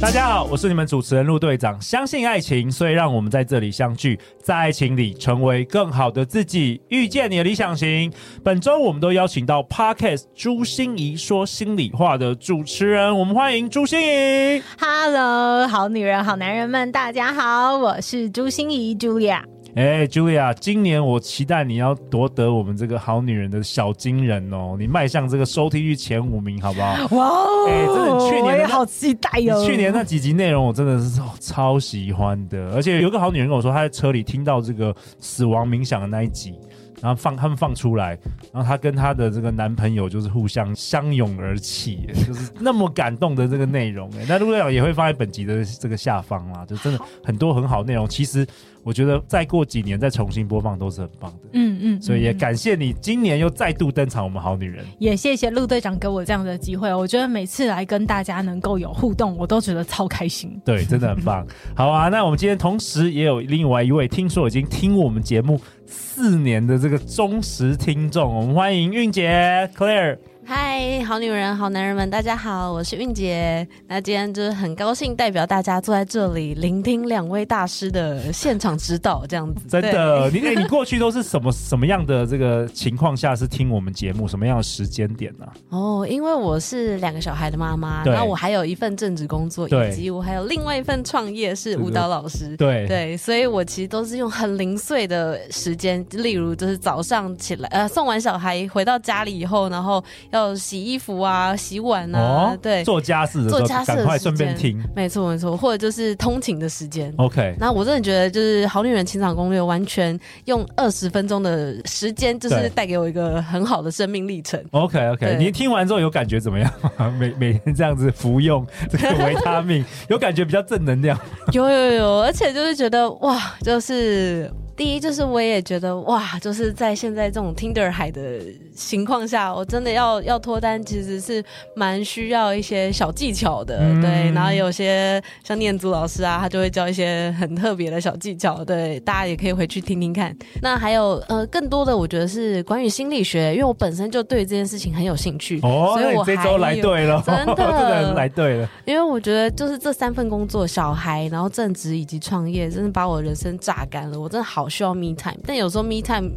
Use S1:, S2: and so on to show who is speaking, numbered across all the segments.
S1: 大家好，我是你们主持人陆队长。相信爱情，所以让我们在这里相聚，在爱情里成为更好的自己，遇见你的理想型。本周我们都邀请到 Podcast 朱心怡说心里话的主持人，我们欢迎朱心怡。
S2: Hello，好女人、好男人们，大家好，我是朱心怡 Julia。
S1: 哎、j u l i a 今年我期待你要夺得我们这个好女人的小金人哦，你迈向这个收听率前五名，好不好？
S2: 哇哦
S1: 哎真的去年
S2: 我
S1: 那
S2: 也
S1: 个
S2: 好期待哦。
S1: 你去年那几集内容我真的是超超喜欢的，而且有一个好女人跟我说，她在车里听到这个死亡冥想的那一集，然后放他们放出来，然后她跟她的这个男朋友就是互相相拥而泣，哎就是那么感动的这个内容。哎，那陆队长也会放在本集的这个下方啦，就真的很多很好内容。其实我觉得再过几年再重新播放都是很棒的。
S2: 嗯，嗯嗯，
S1: 所以也
S2: 嗯
S1: 感谢你今年又再度登场，我们好女人。
S2: 也谢谢陆队长给我这样的机会。我觉得每次来跟大家能够有互动，我都觉得超开心。
S1: 对，真的很棒。 好啊，那我们今天同时也有另外一位，听说已经听我们节目四年的这个忠实听众，我们欢迎韵姐 Claire。
S3: 嗨，好女人、好男人们，大家好，我是韵姐。那今天就是很高兴代表大家坐在这里，聆听两位大师的现场指导，这样子。
S1: 真
S3: 对，
S1: 的，你哎、你过去都是什么什么样的这个情况下是听我们节目，什么样的时间点啊呢、
S3: 哦，因为我是两个小孩的妈妈，
S1: 对
S3: 然后我还有一份正职工作，
S1: 对
S3: 以及我还有另外一份创业是舞蹈老师。
S1: 对
S3: 对，所以我其实都是用很零碎的时间，例如就是早上起来，呃，送完小孩回到家里以后，然后要洗衣服啊、洗碗啊，对，
S1: 哦做家事的时
S3: 做
S1: 候
S3: 家事的
S1: 赶快顺便
S3: 时间
S1: 听。哦
S3: 没错没错，或者就是通勤的时间。
S1: OK，
S3: 那我真的觉得，就是《好女人情场攻略》完全用二十分钟的时间，就
S1: 对
S3: 是带给我一个很好的生命历程。
S1: OK OK，
S3: 对
S1: 你听完之后有感觉怎么样 吗？每每天这样子服用 这个维 他命，有感觉比较正能量。
S3: 有有有，而且就是觉得哇，就是第一就是我也觉得哇，就是在现在这种 Tinder 海的情况下，我真的要要脱单，其实是蛮需要一些小技巧的，
S1: 嗯
S3: 对。然后有些像念祖老师啊，他就会教一些很特别的小技巧，对，大家也可以回去听听看。那还有呃，更多的我觉得是关于心理学，因为我本身就对这件事情很有兴趣，
S1: 哦，
S3: 所
S1: 那
S3: 以
S1: 你
S3: 我
S1: 这
S3: 还
S1: 周来
S3: 有
S1: 对了，
S3: 真 的
S1: 来对了。
S3: 因为我觉得就是这三份工作，小孩，然后正职以及创业，真的把我人生榨干了。我真的好需要 me time，但有时候 me time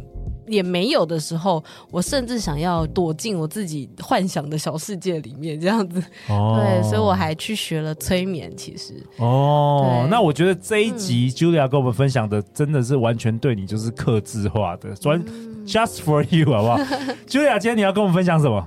S3: 也没有的时候，我甚至想要躲进我自己幻想的小世界里面，这样子。
S1: 哦
S3: 对，所以我还去学了催眠。其实，
S1: 哦，
S3: 对嗯
S1: 那我觉得这一集 Julia 跟我们分享的真的是完全对你就是克制化的，专、just
S3: 嗯
S1: for you 好 不好？Julia，今天你要跟我们分享什么？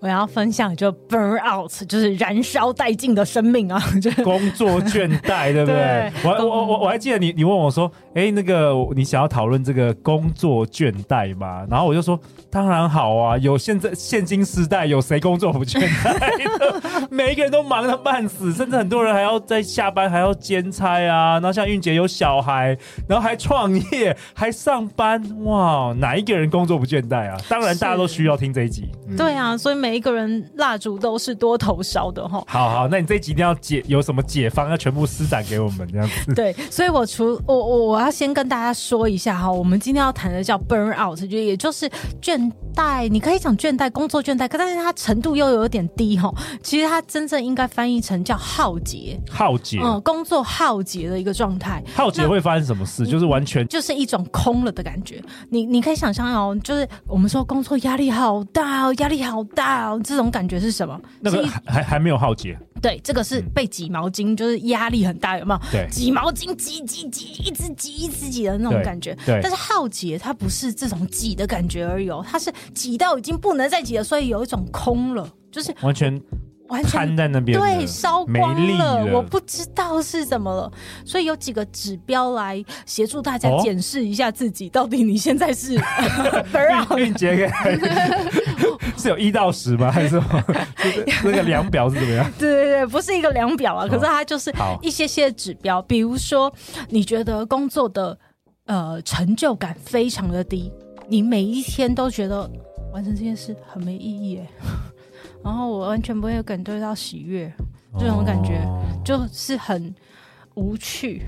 S2: 我要分享就 burn out，就是燃烧殆尽的生命啊！ 就
S1: 工作倦怠，对不对
S2: 对？
S1: 我还我我我我还记得你你问我说，哎，那个你想要讨论这个工作倦怠吗？然后我就说，当然好啊，有现在现今时代有谁工作不倦怠的？ 每一个人都忙得半死，甚至很多人还要在下班还要兼差啊。然后像韵姐有小孩，然后还创业，还上班，哇，哪一个人工作不倦怠啊？当然大家都需要听这一集。嗯
S2: 对啊，所以每一个人蜡烛都是多头烧的哈。
S1: 好好，那你这一集一定要解有什么解方，要全部施展给我们这样子。
S2: 对，所以我除我我我要先跟大家说一下哈，我们今天要谈的叫 burn out，就也就是倦怠，你可以讲倦怠，工作倦怠，可但是它程度又有点低哈。其实它真正应该翻译成叫耗竭，
S1: 浩劫，
S2: 嗯，工作耗竭的一个状态。
S1: 浩劫会发生什么事？就是完全
S2: 就是一种空了的感觉，你你可以想象哦，就是我们说工作压力好大哦，压力好大哦，这种感觉是什么？
S1: 那个
S2: 是一
S1: 还还还没有浩劫，
S2: 对，这个是被挤毛巾，就是压力很大，有没有？
S1: 对
S2: 挤毛巾挤挤挤，一直挤一直挤的那种
S1: 对
S2: 感觉。
S1: 对
S2: 但是浩劫它不是这种挤的感觉而已哦，它是挤到已经不能再挤了，所以有一种空了，就是
S1: 完全
S2: 完全
S1: 瘫在那边了，
S2: 对烧光
S1: 没力
S2: 了，
S1: 了
S2: 我不知道是怎么了。所以有几个指标来协助大家
S1: 哦
S2: 检视一下自己，到底你现在 是不让
S1: 运运杰 给是有一到十吗？还是什么 那个量表是怎么样？
S2: 对对对，不是一个量表啊，可是它就是
S1: 哦好
S2: 一些些指标，比如说你觉得工作的呃成就感非常的低，你每一天都觉得完成这件事很没意义、欸，然后我完全不会感觉到喜悦，这种感觉
S1: 哦
S2: 就是很无趣。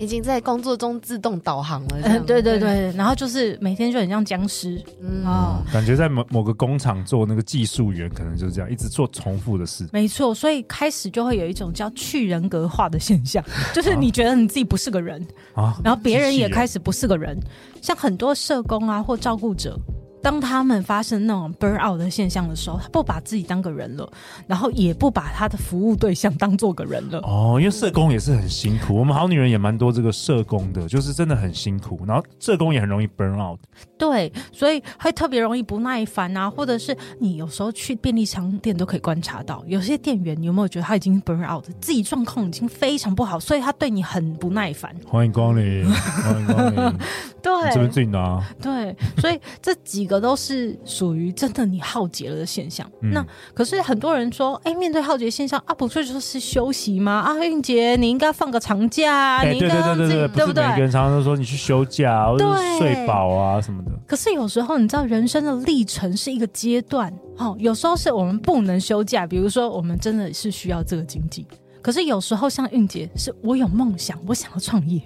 S3: 已经在工作中自动导航 了。这
S2: 嗯，
S3: 样
S2: 对对，对，然后就是每天就很像僵尸
S3: 嗯
S2: 哦。
S1: 感觉在某某个工厂做那个技术员，可能就是这样，一直做重复的事。
S2: 没错，所以开始就会有一种叫去人格化的现象，就是你觉得你自己不是个人，
S1: 啊，
S2: 然后别人
S1: 机器
S2: 也
S1: 人
S2: 开始不是个人。像很多社工啊或照顾者，当他们发生那种 burn out 的现象的时候，他不把自己当个人了，然后也不把他的服务对象当做个人了。
S1: 哦，因为社工也是很辛苦，我们好女人也蛮多这个社工的，就是真的很辛苦，然后社工也很容易 burn out。
S2: 对，所以会特别容易不耐烦啊，或者是你有时候去便利商店都可以观察到，有些店员你有没有觉得他已经 burn out，自己状况已经非常不好，所以他对你很不耐烦。
S1: 欢迎光临，欢迎 光临，这边
S2: 对
S1: 自己拿。
S2: 对，所以这几个都是属于真的你耗竭了的现象。
S1: 嗯
S2: 那可是很多人说，哎，面对耗竭现象啊，不就就是休息吗？啊，韵姐，你应该放个长假啊，
S1: 哎、
S2: 你应
S1: 对
S2: 该
S1: 对对
S2: 让
S1: 对
S2: 自己
S1: 对，不是
S2: 不
S1: 每个人常常都说你去休假啊，或者
S2: 对
S1: 是睡饱啊什么的。
S2: 可是有时候，你知道，人生的历程是一个阶段，哦，有时候是我们不能休假，比如说我们真的是需要这个经济。可是有时候，像韵姐，是我有梦想，我想要创业，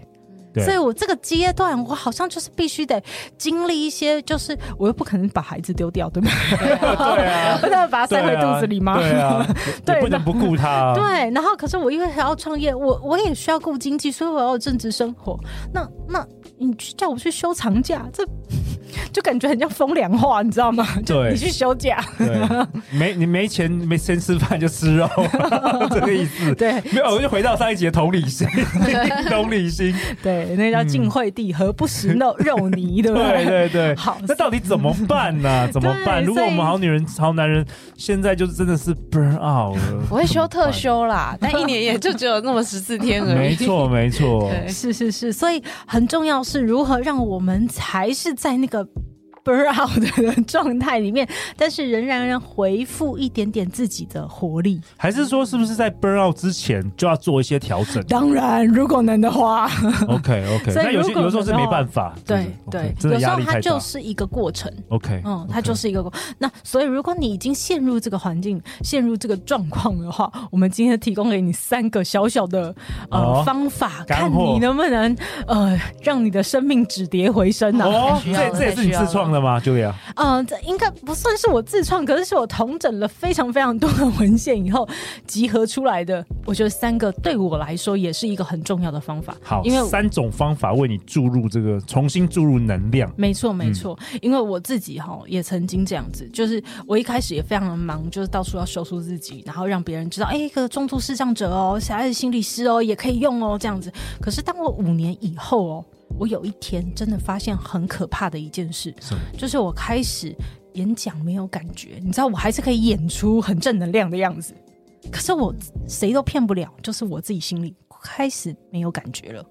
S1: 对
S2: 所以我这个阶段，我好像就是必须得经历一些，就是我又不可能把孩子丢掉，对吗？
S1: 对啊，
S2: 我得把它 塞回肚子里吗？
S1: 对啊，
S2: 对
S1: 对啊，你不能不顾他、 啊。
S2: 对，然后可是我因为还要创业，我我也需要顾经济，所以我要有正职生活。那那你去叫我去休长假，这 就感觉很像风凉话，你知道 吗？就
S1: 对
S2: 你去休假，
S1: 对，没你没钱没钱吃饭就吃肉， 这个意思。
S2: 对
S1: 没有，我就回到上一集的同理心，同理心。
S2: 对，那叫晋惠帝何不食肉肉泥，对不
S1: 对对对。
S2: 好，
S1: 那到底怎么办呢、 怎么办？
S2: 对
S1: 如果我们
S2: 所以
S1: 好女人、好男人现在就是真的是 burn out 了，
S3: 我会休特
S1: 怎
S3: 休啦，但一年也就只有那么十四天
S1: 么办。
S3: 而
S1: 没
S3: 已。
S1: 错，没错。
S3: 对
S2: 是是是，所以很重要是如何让我们才是在那个 burn out 的状态里面，但是仍然能回复一点点自己的活力。
S1: 还是说，是不是在 burn out 之前就要做一些调整
S2: 当然，如果能的话。
S1: ？OK OK。
S2: 所以
S1: 那有些
S2: 如果
S1: 有时候是没办法，
S2: 对
S1: 是不是
S2: 对
S1: OK，真的
S2: 有时
S1: 压
S2: 候
S1: 力
S2: 它
S1: 太
S2: 就
S1: 大。
S2: 是一个过程。
S1: OK，
S2: 嗯，它
S1: OK
S2: 就是一个过。那所以，如果你已经陷入这个环境、陷入这个状况的话，我们今天提供给你三个小小的呃、
S1: 哦
S2: 方法，
S1: 干
S2: 看
S1: 货
S2: 你能不能呃让你的生命止跌回升呢、啊？
S1: 哦，
S3: 需要
S1: 这
S3: 了
S1: 这也
S3: 太
S1: 是你
S3: 需要
S1: 自创的吗，Julia？
S2: 嗯、这应该不算是我自创，可是是我统整了非常非常多的文献以后集合出来的。我觉得三个对我来说也是一个很重要的方法，
S1: 好，
S2: 因为
S1: 三种方法为你注入这个重新注入能量。
S2: 没错，没错，因为我自己哈也曾经这样子，就是我一开始也非常的忙，就是到处要修饰自己，然后让别人知道，哎、一个重度视障者哦，小孩子心理师哦，也可以用哦，这样子。可是当我五年以后哦，我有一天真的发现很可怕的一件事，
S1: 什么
S2: 就是我开始演讲没有感觉，你知道，我还是可以演出很正能量的样子，可是我谁都骗不了，就是我自己心里开始没有感觉了，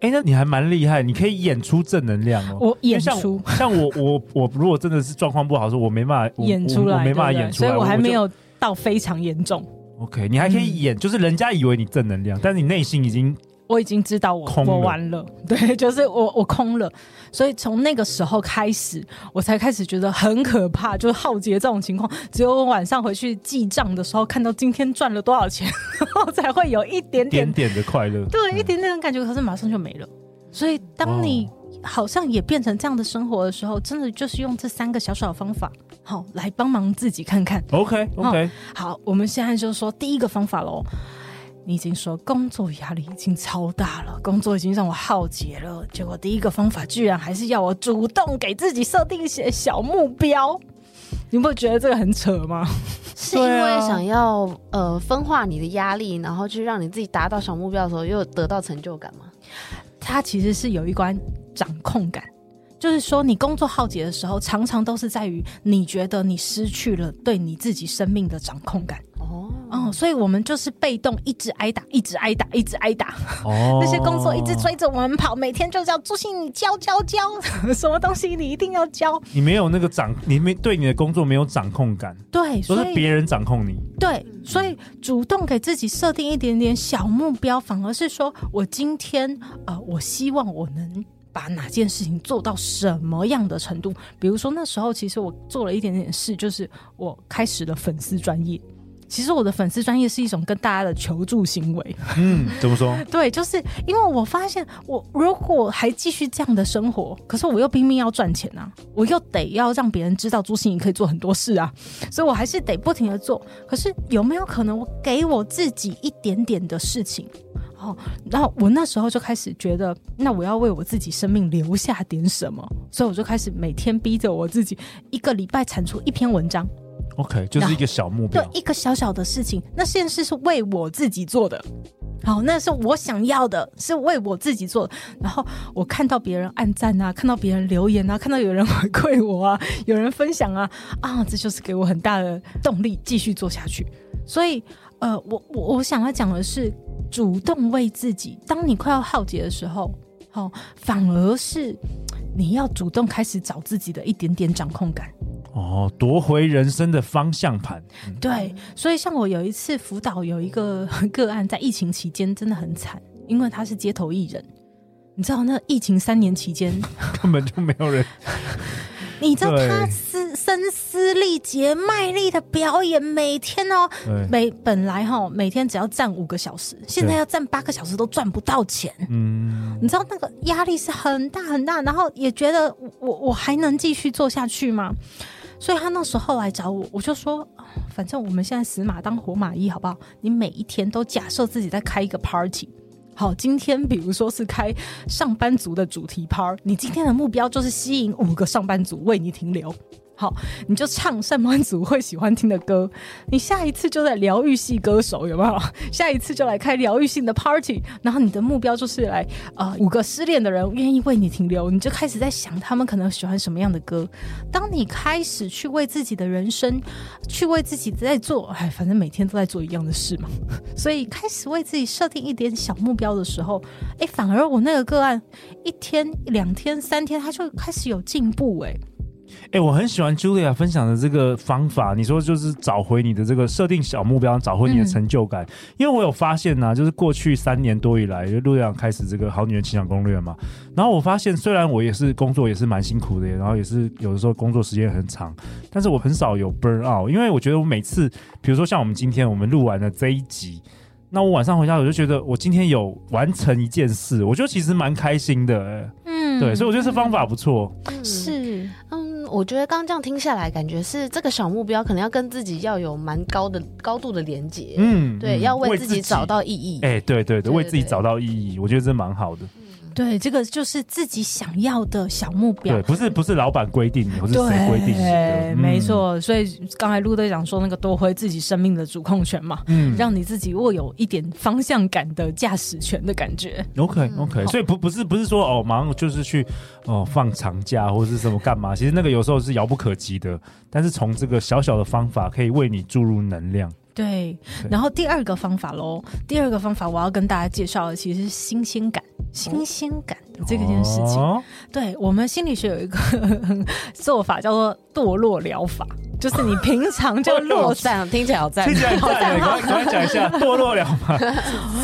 S1: 哎、那你还蛮厉害，你可以演出正能量哦。
S2: 我
S1: 因
S2: 演
S1: 为像
S2: 出。
S1: 像我我我如果真的是状况不好的时候，我没办法我
S2: 演出
S1: 我我
S2: 来，
S1: 没办法
S2: 对不对
S1: 演出
S2: 所
S1: 来，
S2: 以我还
S1: 就
S2: 没。有嗯到非常严重。
S1: OK，你还可以演，就是人家以为你正能量，但是你内心 已经
S2: 我已经知道我
S1: 空了
S2: 我完了， 对，就是我我空了，所以从那个时候开始，我才开始觉得很可怕，就是浩劫这种情况。只有我晚上回去记账的时候，看到今天赚了多少钱， 然后才会有一点点
S1: 点嗯点的快乐。
S2: 对一点点的感觉，可是马上就没了。所以当
S1: 哦
S2: 你好像也变成这样的生活的时候，真的就是用这三个小小的方法，好来帮忙自己看看。
S1: OK
S2: 嗯
S1: OK，
S2: 好，我们现在就说第一个方法喽。你已经说工作压力已经超大了，工作已经让我耗竭了，结果第一个方法居然还是要我主动给自己设定一些小目标，你不觉得这个很扯吗？
S3: 是因
S1: 对
S3: 为
S1: 啊
S3: 想要呃分化你的压力，然后去让你自己达到小目标的时候，又得到成就感吗？
S2: 它其实是有一关掌控感，就是说你工作耗竭的时候，常常都是在于你觉得你失去了对你自己生命的掌控感
S3: 哦，
S2: 哦，所以我们就是被动一直挨打，一直挨打，一直挨打。
S1: 哦
S2: 那些工作一直追着我们跑，每天就是要朱信你教教 教，什么东西你一定要教。
S1: 你没有那个掌，你没对你的工作没有掌控感，
S2: 对，
S1: 都
S2: 所
S1: 是
S2: 以
S1: 别人掌控你。
S2: 对，所以主动给自己设定一点点小目标，反而是说我今天呃，我希望我能把哪件事情做到什么样的程度。比如说那时候，其实我做了一点点事，就是我开始了粉丝专业。其实我的粉丝专业是一种跟大家的求助行为，
S1: 嗯，怎么说？
S2: 对，就是因为我发现我如果还继续这样的生活，可是我又拼命要赚钱啊，我又得要让别人知道朱心怡可以做很多事啊，所以我还是得不停的做。可是有没有可能我给我自己一点点的事情？哦，然后我那时候就开始觉得，那我要为我自己生命留下点什么，所以我就开始每天逼着我自己，一个礼拜产出一篇文章，
S1: OK，就是一个小目
S2: 对
S1: 标，
S2: 一个小小的事情，那件事是为我自己做的。好，那是我想要的，是为我自己做的。然后我看到别人按赞啊，看到别人留言啊，看到有人回馈我啊，有人分享啊，啊，这就是给我很大的动力继续做下去。所以，呃，我我我想要讲的是，主动为自己，当你快要耗竭的时候，好、反而是你要主动开始找自己的一点点掌控感。
S1: 哦，夺回人生的方向盘。嗯
S2: 对，所以像我有一次辅导有一个 个案，在疫情期间真的很惨，因为他是街头艺人。你知道那疫情三年期间，
S1: 根本就没有人。
S2: 你知道
S1: 对
S2: 他撕声嘶力竭、卖力的表演，每天哦，
S1: 对，
S2: 每本来哈、哦、每天只要站五个小时，现在
S1: 对
S2: 要站八个小时都赚不到钱。
S1: 嗯，
S2: 你知道那个压力是很大很大，然后也觉得我我我还能继续做下去吗？所以他那时候来找我，我就说，啊反正我们现在死马当活马医，好不好？你每一天都假设自己在开一个 party。好，今天比如说是开上班族的主题趴，你今天的目标就是吸引五个上班族为你停留。好，你就唱上班族会喜欢听的歌。你下一次就在疗愈系歌手有没有？下一次就来开疗愈性的 party，然后你的目标就是来呃五个失恋的人愿意为你停留，你就开始在想他们可能喜欢什么样的歌。当你开始去为自己的人生，去为自己在做，哎，反正每天都在做一样的事嘛，所以开始为自己设定一点小目标的时候，哎，反而我那个个案一天、两天、三天，他就开始有进步、哎，
S1: 哎、我很喜欢 Julia 分享的这个方法。你说就是找回你的这个设定小目标，找
S3: 嗯
S1: 回你的成就感。因为我有发现呢、就是过去三年多以来，就陆阳开始这个《好女人情场攻略》嘛。然后我发现，虽然我也是工作也是蛮辛苦的，然后也是有的时候工作时间很长，但是我很少有 burn out，因为我觉得我每次，比如说像我们今天我们录完了这一集。那我晚上回家，我就觉得我今天有完成一件事，我觉得其实蛮开心的、欸
S2: 嗯
S1: 对，所以我觉得这方法不错。
S2: 是
S3: 嗯，我觉得刚刚这样听下来，感觉是这个小目标可能要跟自己要有蛮高的高度的连接，
S1: 嗯，
S3: 对，
S1: 嗯
S3: 要为自己找到意义。
S1: 哎、对对对，
S3: 对
S1: 为自己
S3: 对
S1: 找到意义，我觉得这蛮好的。
S2: 对，这个就是自己想要的小目标
S1: 对，。不是不是老板规定的，或是谁规定你的？
S2: 对，
S1: 嗯
S2: 没。错。所以刚才陆队长说那个夺回自己生命的主控权嘛，
S1: 嗯
S2: 让你自己握有一点方向感的驾驶权的感觉。
S1: ，OK
S2: 嗯
S1: OK，所以不不是不是说哦，马上就是去哦放长假或是什么干嘛，其实那个有时候是遥不可及的。但是从这个小小的方法，可以为你注入能量。
S2: 对
S1: 对，
S2: 然后第二个方法喽，第二个方法我要跟大家介绍的其实是新鲜感，新鲜感的这个件事情。
S1: 哦
S2: 对我们心理学有一个 做法叫做堕落疗法，就是你平常就落
S3: 好
S2: 在。
S3: 赞，听起来好赞
S1: 听。起来很赞耶，赶快赶快讲一下堕落了吗？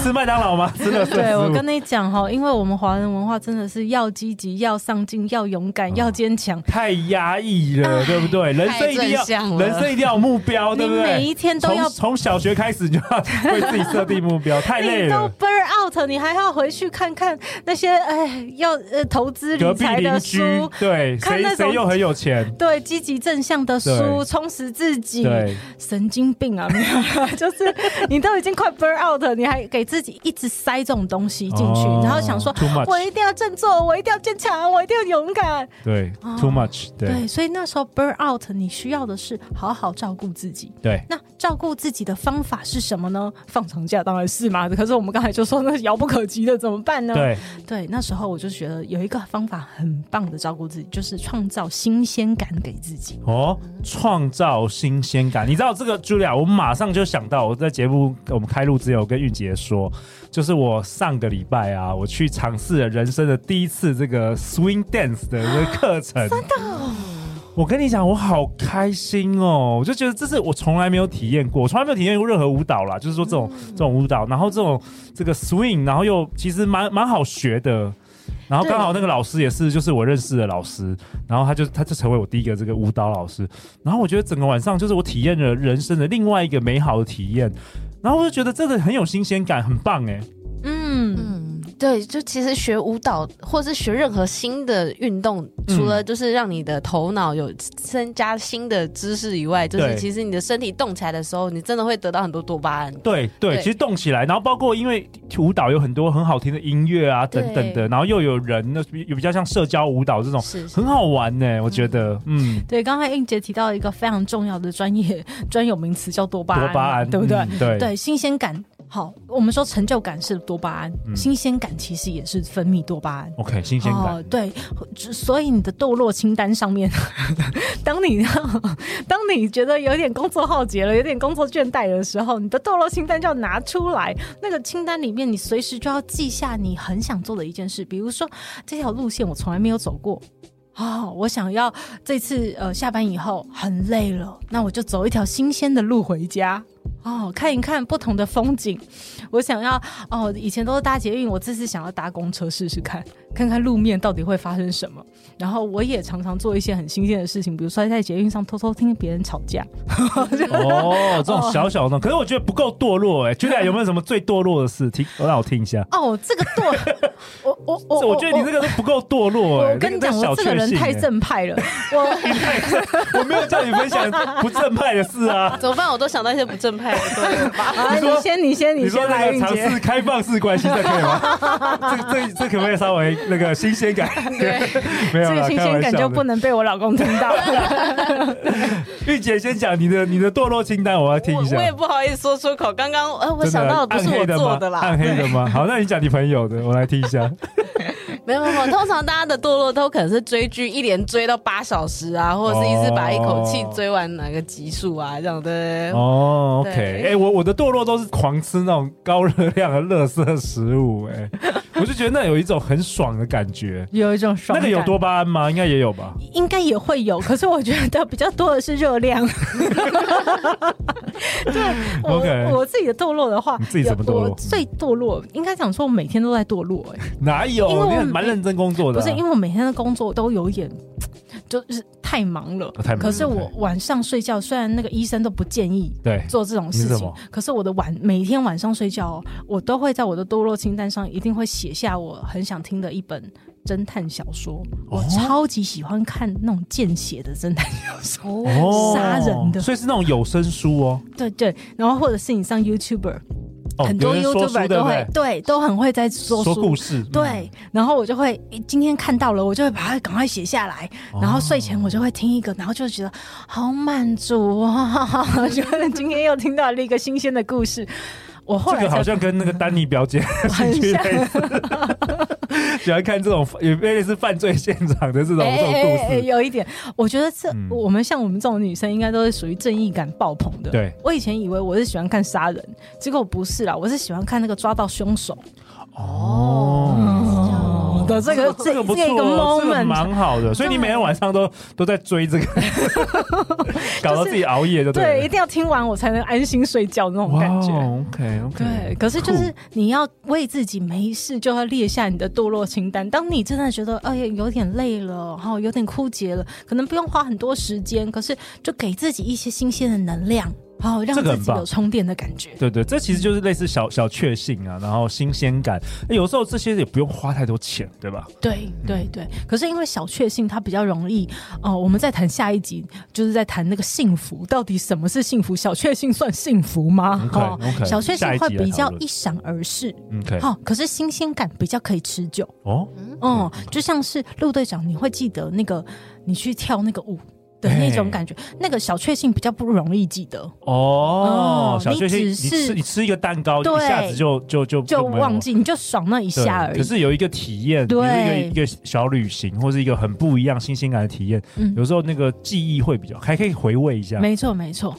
S1: 吃麦当劳吗？吃了色
S2: 对，我
S1: 食
S2: 跟
S1: 物
S2: 你讲哈，因为我们华人文化真的是要积极、要上进、要勇
S1: 啊
S2: 敢、要坚强，
S1: 太压抑了，对不对？人生一定
S3: 太正向
S1: 要，
S3: 了
S1: 人生一定要有目标，对
S2: 你
S1: 不对？
S2: 每一天都要
S1: 从从小学开始你就要为自己设定目 标，太累
S2: 你都
S1: 了。
S2: burn out，你还要回去看看那些哎要呃投资
S1: 隔
S2: 理
S1: 壁
S2: 财
S1: 邻
S2: 的
S1: 居
S2: 书，
S1: 对
S2: 看那
S1: 谁
S2: 种
S1: 谁又很有钱，
S2: 对积极正向的书，
S1: 对
S2: 充实自己。
S1: 对，
S2: 神经病啊，没有啦， 就是你都已经快 burn out，了你还给自己一直塞这种东西进去，
S1: 哦
S2: 然后想说
S1: too much
S2: 我一定要振作，我一定要坚强，我一定要勇敢。
S1: 对
S2: 哦
S1: ，too much，对
S2: 对，所以那时候 burn out，你需要的是好好照顾自己。
S1: 对，
S2: 那照顾自己的方法是什么呢？放长假当然是嘛，可是我们刚才就说那遥不可及的，怎么办呢？
S1: 对，
S2: 对，那时候我就觉得有一个方法很棒的照顾自己，就是创造新鲜感给自己。
S1: 哦，创造新鲜感。你知道这个 Julia，我马上就想到，我在节目我们开录之前，我跟玉姐说，就是我上个礼拜啊，我去尝试了人生的第一次这个 swing dance 的这个课程。真的。我跟你讲，我好开心哦！我就觉得这是我从来没有体验过，我从来没有体验过任何舞蹈啦，就是说这种、这种舞蹈，然后这种这个 swing，然后又其实蛮蛮好学的。然后
S3: 对
S1: 刚好那个老师也是，就是我认识的老师，然后他就他就成为我第一个这个舞蹈老师。然后我觉得整个晚上就是我体验了人生的另外一个美好的体验，然后我就觉得真的很有新鲜感，很棒哎。
S2: 嗯，
S3: 嗯，对，就其实学舞蹈或者是学任何新的运动，除
S1: 嗯
S3: 了就是让你的头脑有增加新的知识以外，就是
S1: 对
S3: 其实你的身体动起来的时候，你真的会得到很多多巴胺。
S1: 对对，
S3: 对
S1: 其实动起来，然后包括因为舞蹈有很多很好听的音乐啊等等的，
S3: 对
S1: 然后又有人，那有比较像社交舞蹈这种，
S3: 是是
S1: 很好玩呢、我觉得，嗯，
S2: 对，刚才应杰提到一个非常重要的专业 专有名词叫多巴胺，
S1: 多巴胺，
S2: 对不对？
S1: 嗯对
S2: 对，新鲜感。好，我们说成就感是多巴胺，
S1: 嗯
S2: 新鲜感其实也是分泌多巴胺。
S1: ，OK，新鲜感。
S2: 哦，对，只所以你的堕落清单上面， 当你当你觉得有点工作耗竭了，有点工作倦怠的时候，你的堕落清单就要拿出来。那个清单里面，你随时就要记下你很想做的一件事，比如说这条路线我从来没有走过。哦，我想要这次呃下班以后很累了，那我就走一条新鲜的路回家。哦，看一看不同的风景。我想要哦，以前都是搭捷运，我这次想要搭公车试试看。看看路面到底会发生什么。然后我也常常做一些很新鲜的事情，比如说在捷运上偷偷听别人吵架。
S1: 哦，这种 小小的，可是我觉得不够堕落哎、欸。Julia 有没有什么最堕落的事？听，让我听一下。
S2: 哦，这个堕，我我我
S1: 这我觉得你这个都不够堕落哎、
S2: 哦
S1: 欸。
S2: 我跟你
S1: 那
S2: 讲，
S1: 小
S2: 我这个人
S1: 确幸欸
S2: 太，正派了。 我
S1: 我没有叫你 分享不正派的事啊。
S3: 怎么办？我都想到一些不正 派的对吧
S2: 啊，
S1: 说
S2: 你先， 你先，
S1: 你
S2: 先
S1: 说那
S2: 来，
S1: 个
S2: 应
S1: 尝
S2: 杰。
S1: 试开放式关系，这可 以吗？这这这可不可以稍微那个新鲜感？对， 没有
S2: 这个
S1: 啦，
S2: 新
S1: 开
S2: 鲜
S1: 玩
S2: 感
S1: 笑
S2: 就不
S1: 的。
S2: 能被我老公听到。
S1: 玉姐先讲你的你的堕落清单，我要听一下
S3: 我我。也不好意思说出口。刚刚呃，我
S1: 真
S3: 想到的不
S1: 暗
S3: 是
S1: 黑
S3: 我
S1: 的
S3: 做
S1: 吗？
S3: 的啦，
S1: 暗黑的吗？好，那你讲你朋友的，我来听 一下。
S2: 嗯
S3: 没有没有没有，通常大家的堕落都可能是追剧，一连追到八小时
S1: 哦
S3: 啊，或者是一次把一口气追完哪个集数啊，这样的。
S1: 哦，OK，哎、
S3: 对
S1: 我我的堕落都是狂吃那种高热量的垃圾食物、哎，我就觉得那有一种很爽的感觉。
S2: 有一种爽
S1: 那
S2: 感
S1: 个有多巴胺吗？应该也有吧。
S2: 应该也会有，可是我觉得比较多的是热 量。对我
S1: OK
S2: 我自己的堕落的话，
S1: 你自己怎么堕落啊
S2: 有我最堕落，应该讲说，我每天都在堕落、欸，
S1: 哪有？
S2: 因为我
S1: 你很
S2: 们
S1: 蛮认真工作的
S2: 不
S1: 啊、
S2: 是因为我每天的工作都有一点，就是太忙了。
S1: 哦太忙了
S2: 可是我
S1: 对
S2: 晚上睡觉，虽然那个医生都不建议
S1: 对，
S2: 做这种
S1: 你
S2: 事
S1: 是什
S2: 情
S1: 么，
S2: 可是我的晚每天晚上睡觉、哦，我都会在我的堕落清单上一定会写下我很想听的一本侦探小说。我
S1: 哦
S2: 超级喜欢看那种见血的侦探小说。
S1: 哦
S2: 杀人的
S1: 所以是那种有声书哦。
S2: 对对，然后或者是你上 YouTuber，、
S1: 哦，
S2: 很多
S1: 有人说书
S2: YouTuber
S1: 对
S2: 都
S1: 不
S2: 会
S1: 对？
S2: 对都很会在说
S1: 说
S2: 书
S1: 故事，嗯，
S2: 对，然后我就会诶今天看到了，我就会把它赶快写下来，
S1: 哦
S2: 然后睡前我就会听一个，然后就觉得好满足 哦，觉得今天又听到了一个新鲜的故事。我后
S1: 这
S2: 来
S1: 个好
S2: 才
S1: 像跟那个丹尼表姐
S2: 很
S1: 兴趣
S2: 像
S1: 类似，喜欢看这种也类似犯罪现场的这种这种故事。
S2: 哎有一点，我觉得这、
S1: 嗯
S2: 我们像我们这种女生，应该都是属于正义感爆棚的。
S1: 对，
S2: 我以前以为我是喜欢看杀人，结果不是啦，我是喜欢看那个抓到凶手嗯
S1: 哦
S2: 的这个
S1: 这个不错、
S2: 这个
S1: 哦，这
S2: moment，、
S1: 个蛮好的。所以你每天晚上都都在追 这个，搞到自己熬夜就
S2: 对，
S1: 了
S2: 一定要听完我才能安心睡觉那种
S1: 哇哦
S2: 感觉。
S1: ，OK OK，
S2: 对，可是就是你要为自己没事就要列下你的堕落清单。当你真的觉得哎呀有点累了，然后有点枯竭了，可能不用花很多时间，可是就给自己一些新鲜的能量，然后让
S1: 这个很
S2: 自己有
S1: 棒
S2: 充电的感觉。
S1: 对对，这其实就是类似小小确幸啊，然后新鲜感。诶有时候这些也不用花太多钱，对吧？
S2: 对对对，可是因为小确幸它比较容易哦、呃我们在谈下一集，就是在谈那个幸福，到底什么是幸福？小确幸算幸福吗？
S1: OK，OK，
S2: 小确幸
S1: 下一集
S2: 会
S1: 来
S2: 比
S1: 讨
S2: 较
S1: 论
S2: 一闪而逝。
S1: 嗯，可以。
S2: 好、可是新鲜感比较可以持久。
S1: 哦，
S2: 哦，就像是陆队长，你会记得那个你去跳那个舞的那种感觉，那个小确幸比较不容易记得，
S1: 哦
S2: 哦，
S1: 小确幸，
S2: 你只
S1: 你
S2: 是
S1: 吃你吃一个蛋糕，
S2: 对
S1: 一下子就就就
S2: 就
S1: 没有
S2: 忘记，你就爽那一
S1: 对
S2: 下而已
S1: 可。是有一个体验，比如
S2: 对
S1: 一个一个小旅行，或是一个很不一样新鲜感的体验，
S2: 嗯
S1: 有时候那个记忆会比较，还可以回味一下。
S2: 没错，没错，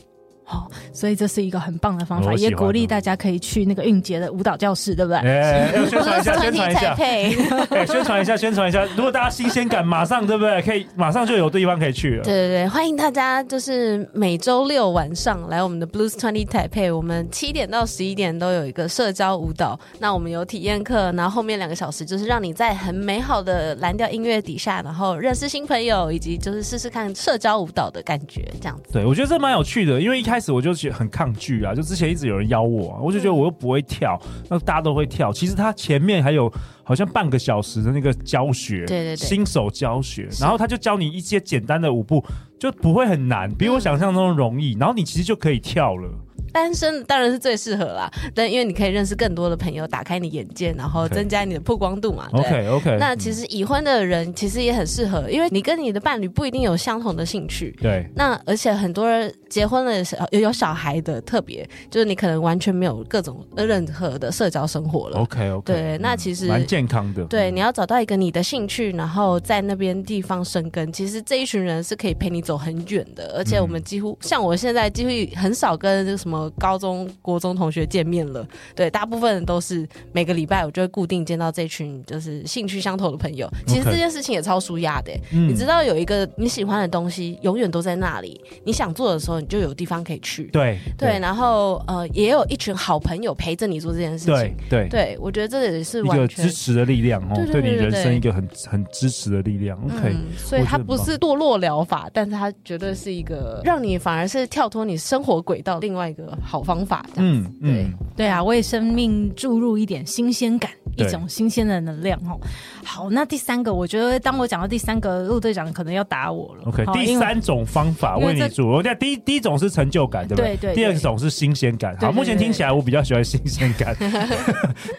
S2: 哦，所以这是一个很棒的方法，
S1: 哦我喜
S2: 也
S1: 欢
S2: 鼓励大家可以去那个韵杰的舞蹈教室，对不对？
S1: 哎，要宣传 一下，宣传一下，
S3: 配。
S1: 哎，宣传一下，宣传一下。如果大家新鲜感，马上对不对？可以马上就有地方可以去了。
S3: 对对对，欢迎大家就是每周六晚上来我们的 Blues Twenty Taipei，我们七点到十一点都有一个社交舞蹈。那我们有体验课，然后后面两个小时就是让你在很美好的蓝调音乐底下，然后认识新朋友，以及就是试试看社交舞蹈的感觉，这样子。
S1: 对，我觉得这蛮有趣的，因为一开始我就觉得很抗拒啊，就之前一直有人邀我、啊，我就觉得
S3: 嗯
S1: 我又不会跳，那大家都会跳。其实他前面还有好像半个小时的那个教学，
S3: 对对对
S1: 新手教学，然后他就教你一些简单的舞步，就不会很难，比
S3: 嗯
S1: 我想象中容易，然后你其实就可以跳了。
S3: 单身当然是最适合啦，但因为你可以认识更多的朋友，打开你眼界，然后
S1: OK
S3: 增加你的曝光度嘛。对。
S1: OK OK，
S3: 那其实已婚的人其实也很适合，因为你跟你的伴侣不一定有相同的兴趣。
S1: 对
S3: 那而且很多人结婚了小有有小孩的，特别就是你可能完全没有各种任何的社交生活了。
S1: OK OK，
S3: 对，那其实、
S1: 蛮健康的。嗯
S3: 对你要找到一个你的兴趣，然后在那边地方生根。其实这一群人是可以陪你走很远的，而且我
S1: 嗯
S3: 们几乎、像我现在几乎很少跟什么高中、国中同学见面了。对，大部分人都是每个礼拜我就会固定见到这群就是兴趣相投的朋友。其实
S1: OK
S3: 这件事情也超舒压的欸、
S1: 嗯
S3: 你知道有一个你喜欢的东西永远都在那里，你想做的时候你就有地方可以去。
S1: 对
S3: 对，然后呃，也有一群好朋友陪着你做这件事
S1: 对
S3: 情。
S1: 对
S3: 对，我觉得这也是
S1: 一个
S3: 完全
S1: 支持的力量哦，
S3: 对对对
S1: 你人
S3: 对对
S1: 生一个很很支持的力量。OK，、
S3: 嗯，所以
S1: 我觉
S3: 它
S1: 得
S3: 不
S1: 很
S3: 是堕落疗法，但是它绝对是一个让你反而是跳脱你生活轨道另外一个好方法。这样子
S1: 嗯嗯，
S2: 对啊，为生命注入一点新鲜感，一
S1: 对
S2: 种新鲜的能量哦。好，那第三个，我觉得当我讲到第三个，陆队长可能要打我了。
S1: OK，
S2: 好
S1: 第
S2: 因为
S1: 三种方法
S2: 因为
S1: 为你
S2: 这
S1: 做。我讲第一第一种是成就感，对不对？
S2: 对对
S1: 第二
S2: 对
S1: 种是新鲜感。
S2: 对
S1: 好，
S2: 对
S1: 目前
S2: 对
S1: 听起来我比较喜欢新鲜 感，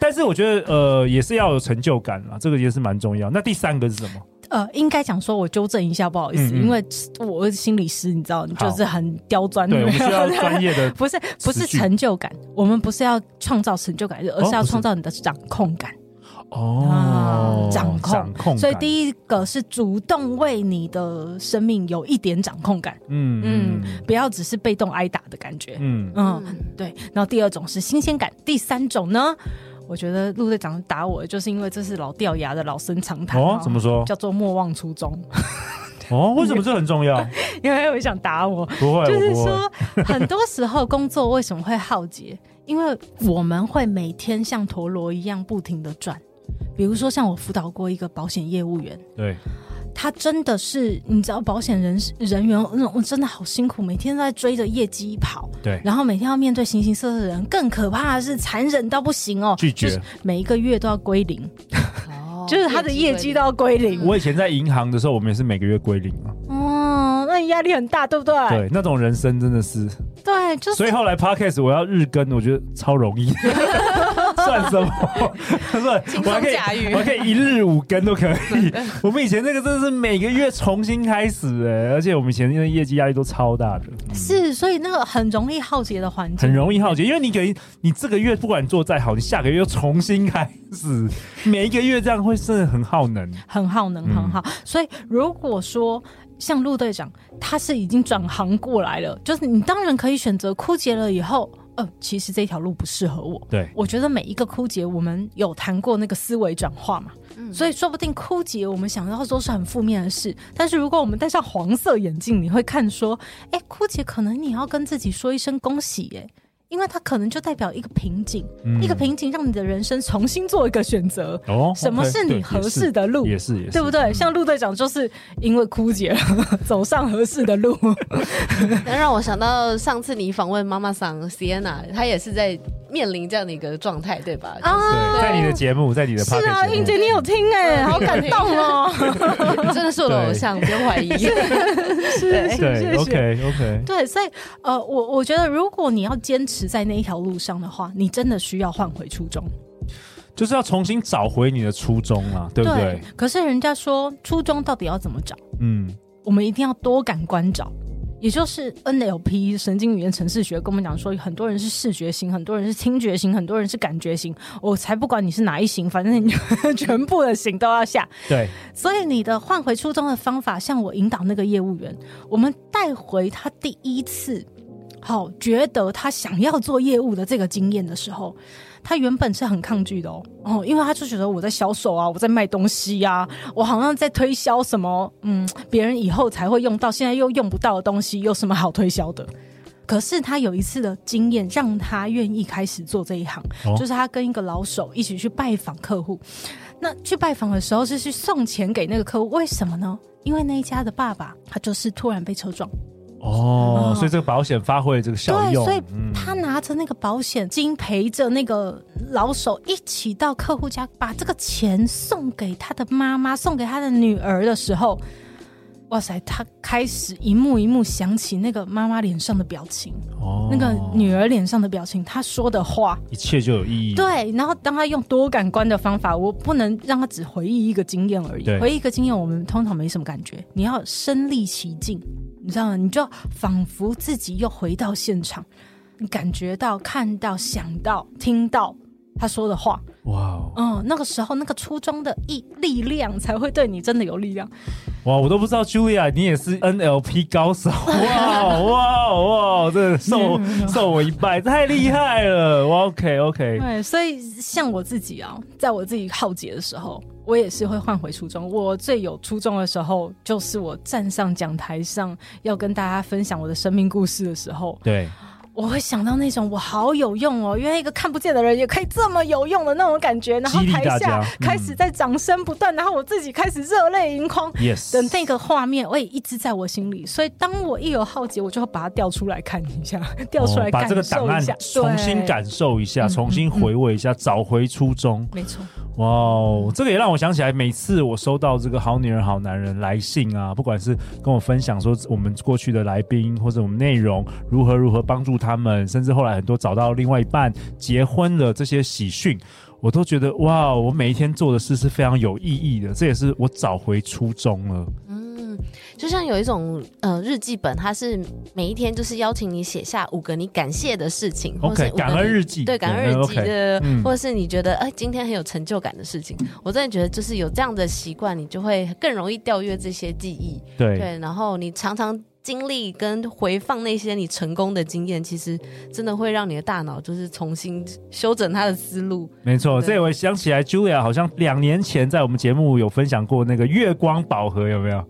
S1: 但是我觉得呃也是要有成就感啦，这个也是蛮重要。那第三个是什么？
S2: 呃，应该讲说，我纠正一下，不好意思，
S1: 嗯嗯
S2: 因为我是心理师，你知道，你就是很刁钻。
S1: 对，我们需要专业的。
S2: 不是不是
S1: 持续
S2: 成就感，我们不是要创造成就感，而是要创造你的掌控感。
S1: 哦，
S2: 啊掌控
S1: 掌控感。
S2: 所以第一个是主动为你的生命有一点掌控感，
S1: 嗯嗯
S2: 嗯，不要只是被动挨打的感觉。
S1: 嗯，
S2: 嗯，对。然后第二种是新鲜感，第三种呢，我觉得陆队长打我，就是因为这是老掉牙的老生常谈
S1: 哦，怎么说？
S2: 叫做莫忘初衷，
S1: 哦，为什么这很 重要？
S2: 因为我想打我，
S1: 不会，
S2: 就是
S1: 我不会。
S2: 说，很多时候工作为什么会耗竭？因为我们会每天像陀螺一样不停的转。比如说，像我辅导过一个保险业务员，
S1: 对，
S2: 他真的是，你知道，保险人人员那种真的好辛苦，每天都在追着业绩跑，
S1: 对
S2: 然后每天要面对形形色色的人，更可怕的是残忍到不行哦，
S1: 拒绝
S2: 就是每一个月都要归零，
S3: 哦
S2: 就是他的业绩都要归零，
S1: 我以前在银行的时候，我们也是每个月归零啊。
S2: 哦，那你压力很大，对不对？
S1: 对，那种人生真的是，
S2: 对， 就是
S1: 所以后来 podcast 我要日更，我觉得超 容易，算什么？ 算
S3: 轻松
S1: 我还可以
S3: 驾驭
S1: 我还可以一日五更都可以。我们以前那个真的是每个月重新开始哎、而且我们以前因为业绩压力都超大的，
S2: 是，所以那个很容易耗竭的环境，
S1: 很容易耗竭，因为你给你这个月不管做再好，你下个月又重新开始，每一个月这样会真的很耗能。
S2: 很耗能，
S1: 嗯
S2: 很好。所以如果说像陆队长，他是已经转行过来了，就是你当然可以选择枯竭了以后，呃，其实这条路不适合我。
S1: 对，
S2: 我觉得每一个枯竭，我们有谈过那个思维转化嘛，所以说不定枯竭我们想到都是很负面的事，但是如果我们戴上黄色眼镜，你会看说，哎，枯竭可能你要跟自己说一声恭喜耶，因为它可能就代表一个瓶颈，
S1: 嗯
S2: 一个瓶颈让你的人生重新做一个选择，
S1: 哦，
S2: 什么
S1: OK，
S2: 是
S1: 对
S2: 你
S1: 也
S2: 合
S1: 是
S2: 适的路，
S1: 也是也是，嗯
S2: 对不对？像陆队长就是因为枯竭了，走上合适的 路。
S3: 那让我想到上次你访问妈妈桑 Sienna，她也是在面临这样的一个状态，对吧？啊，
S1: 对，在你的节目，在你的 podcast
S2: 是啊，
S1: 节目
S2: 英姐你有听哎、好感动哦。
S3: 你真的是我的偶像，不用怀疑。
S2: 是是
S1: 对
S2: 谢谢。
S1: ，OK OK，
S2: 对，所以呃，我我觉得如果你要坚持在那一条路上的话，你真的需要换回初衷，
S1: 就是要重新找回你的初衷啊，对不对？
S2: 可是人家说初衷到底要怎么找？
S1: 嗯，
S2: 我们一定要多感官找，也就是 NLP 神经语言程式学跟我们讲说，很多人是视觉型，很多人是听觉型，很多人是感觉型。我才不管你是哪一型，反正你就 全部的型都要下。
S1: 对，
S2: 所以你的换回初衷的方法，像我引导那个业务员，我们带回他第一次。好觉得他想要做业务的这个经验的时候，他原本是很抗拒的哦，哦，因为他就觉得我在销售啊，我在卖东西呀、啊，我好像在推销什么，嗯，别人以后才会用到，现在又用不到的东西，有什么好推销的？可是他有一次的经验，让他愿意开始做这一行，
S1: 哦
S2: 就是他跟一个老手一起去拜访客户。那去拜访的时候是去送钱给那个客户，为什么呢？因为那一家的爸爸他就是突然被车撞，
S1: 哦
S2: 哦，
S1: 所以这个保险发挥了这个效
S2: 对，
S1: 用，
S2: 所以
S1: 嗯
S2: 他拿着那个保险金陪着那个老手一起到客户家，把这个钱送给他的妈妈，送给他的女儿的时候，哇塞，他开始一幕一幕想起那个妈妈脸上的表情，
S1: 哦
S2: 那个女儿脸上的表情，她说的话。
S1: 一切就有意义，，
S2: 对，然后当他用多感官的方法，我不能让他只回忆一个经验而已
S1: 对。
S2: 回忆一个经验，我们通常没什么感觉。你要身临其境，你知道吗？你就仿佛自己又回到现场，你感觉到、看到、想到、听到他说的话。
S1: 哇哦
S2: 嗯，那个时候那个初衷的力力量才会对你真的有力量。
S1: 哇，我都不知道 Julia 你也是 NLP 高手，哇哦哇哦哇哦，真的受
S2: 嗯
S1: 受我一拜，太厉害了哇，OK OK，
S2: 对，所以像我自己啊，在我自己浩劫的时候，我也是会换回初衷。我最有初衷的时候，就是我站上讲台上要跟大家分享我的生命故事的时候，
S1: 对，
S2: 我会想到那种我好有用哦，原来一个看不见的人也可以这么有用的那种感觉。然后
S1: 激励
S2: 台下
S1: 大家嗯
S2: 开始在掌声不断，然后我自己开始热泪盈眶。
S1: Yes
S2: 的那个画面，我也一直在我心里，所以当我一有浩劫，我就会把它调出来看一下，调出来
S1: 哦把
S2: 感
S1: 这个档
S2: 受一
S1: 案
S2: 下，
S1: 重新
S2: 对，
S1: 感受一下，
S2: 嗯
S1: 重新回味一下，找回初衷。
S2: 没错，
S1: 哇哦，这个也让我想起来，每次我收到这个好女人、好男人来信啊，不管是跟我分享说我们过去的来宾或者我们内容如何如何帮助他们，甚至后来很多找到另外一半、结婚了这些喜讯，我都觉得哇，我每一天做的事是非常有意义的，这也是我找回初衷了。
S3: 嗯，就像有一种呃日记本，它是每一天就是邀请你写下五个你感谢的事情，或者是
S1: OK，
S3: 五个
S1: 感恩
S3: 你
S1: 日记，
S3: 对感恩日记
S1: OK
S3: 的，
S1: 嗯
S3: 或者是你觉得哎、今天很有成就感的事情，我真的觉得就是有这样的习惯，你就会更容易调阅这些记忆。
S1: 对，
S3: 对，然后你常常经历跟回放那些你成功的经验，其实真的会让你的大脑就是重新修整它的思路。
S1: 没错，
S3: 对
S1: 这我想起来，Julia 好像两年前在我们节目有分享过那个月光宝盒，有没有？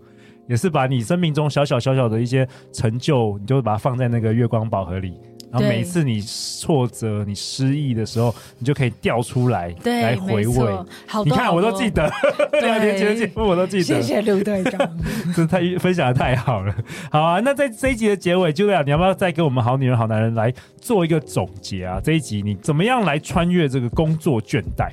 S1: 也是把你生命中小小小小的一些成就，你就把它放在那个月光宝盒里，然后
S2: 对
S1: 每次你挫折、你失意的时候，你就可以调出来
S2: 对，
S1: 来
S2: 没
S1: 回味。
S2: 错好
S1: 你
S2: 多
S1: 看，
S2: 好
S1: 我都
S2: 多
S1: 记得 两年前的节目，我都记得。
S2: 刘队 长。
S1: 这太分享的太好了，好啊！那在这一集的结尾，Julia，你要不要再给我们好女人、好男人来做一个总结啊？这一集你怎么样来穿越这个工作倦怠？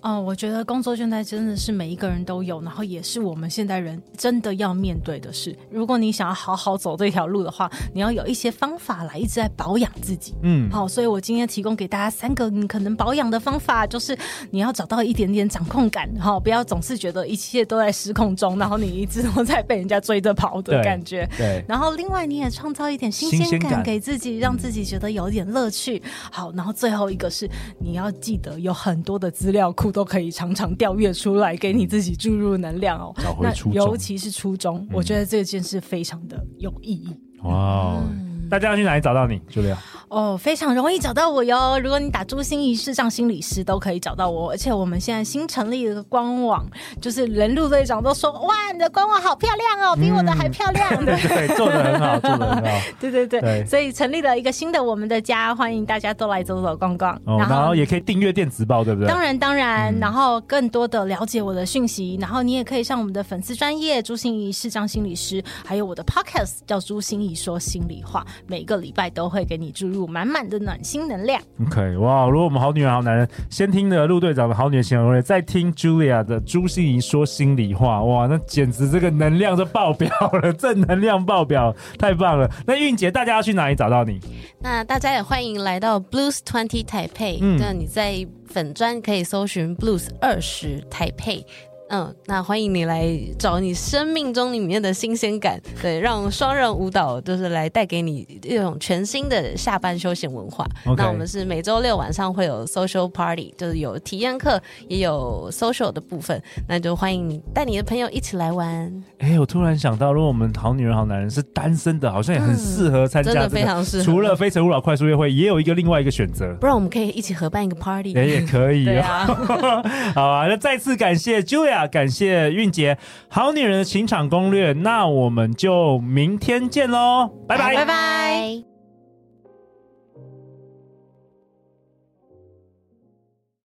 S2: 哦，我觉得工作倦怠真的是每一个人都有，然后也是我们现代人真的要面对的事。如果你想要好好走这条路的话，你要有一些方法来一直在保养自己。
S1: 嗯，
S2: 好，所以我今天提供给大家三个你可能保养的方法，就是你要找到一点点掌控感，哈，不要总是觉得一切都在失控中，然后你一直都在被人家追着跑的
S1: 对
S2: 感觉。
S1: 对，
S2: 然后另外你也创造一点新
S1: 新鲜
S2: 鲜
S1: 感
S2: 感给自己，让自己觉得有点乐趣。好，然后最后一个是你要记得有很多的资料库都可以常常调阅出来，给你自己注入能量哦
S1: 找。回
S2: 那
S1: 初衷嗯
S2: 尤其是初衷，我觉得这件事非常的有意义。
S1: 哇、哦
S3: 嗯
S1: 大家要去哪里找到你，Julia？
S2: 哦，非常容易找到我哟！如果你打“朱心怡视障心理师”都可以找到我，而且我们现在新成立了一个官网，就是连陆队长都说：“哇，你的官网好漂亮哦，比我的还漂亮。 对
S1: 对，做的很好，做的很 好。
S2: 对对对，
S1: 对
S2: 所以成立了一个新的我们的家，欢迎大家都来走走逛逛。
S1: 哦，然后也嗯可以订阅电子报，对不对？
S2: 当然当然，然后更多的了解我的讯息，然后你也可以上我们的粉丝专业朱心怡视障心理师，还有我的 podcast 叫朱心怡说心里话，每个礼拜都会给你注入满满的暖心能量。
S1: OK，哇！如果我们好女人、好男人先听了陆队长的好女人情人攻略，再听 Julia 的朱心怡说心里话，哇，那简直这个能量就爆表了，正能量爆表，太棒了！那韵姐，大家要去哪里找到你？
S3: 那大家也欢迎来到 Blues Twenty 台北，
S1: 嗯
S3: 那你在粉专可以搜寻 Blues 二十台北。嗯，那欢迎你来找你生命中里面的新鲜感，对，让双人舞蹈就是来带给你一种全新的下班休闲文化。
S1: OK
S3: 那我们是每周六晚上会有 social party，就是有体验课，也有 social 的部分，那就欢迎你带你的朋友一起来玩，
S1: 哎、我突然想到，如果我们好女人、好男人是单身的，好像也很适合参
S3: 嗯
S1: 加、
S3: 真
S1: 这个
S3: 的非常适合。
S1: 除了非诚勿扰快速约会，也有一个另外一个选择，
S3: 不然我们可以一起合办一个 party。
S1: 也也可以、
S3: 对
S1: 哦。
S3: 啊，
S1: 好啊，那再次感谢 Julia，感谢韵杰，《好女人的情场攻略》，那我们就明天见喽，拜拜。
S2: 拜拜。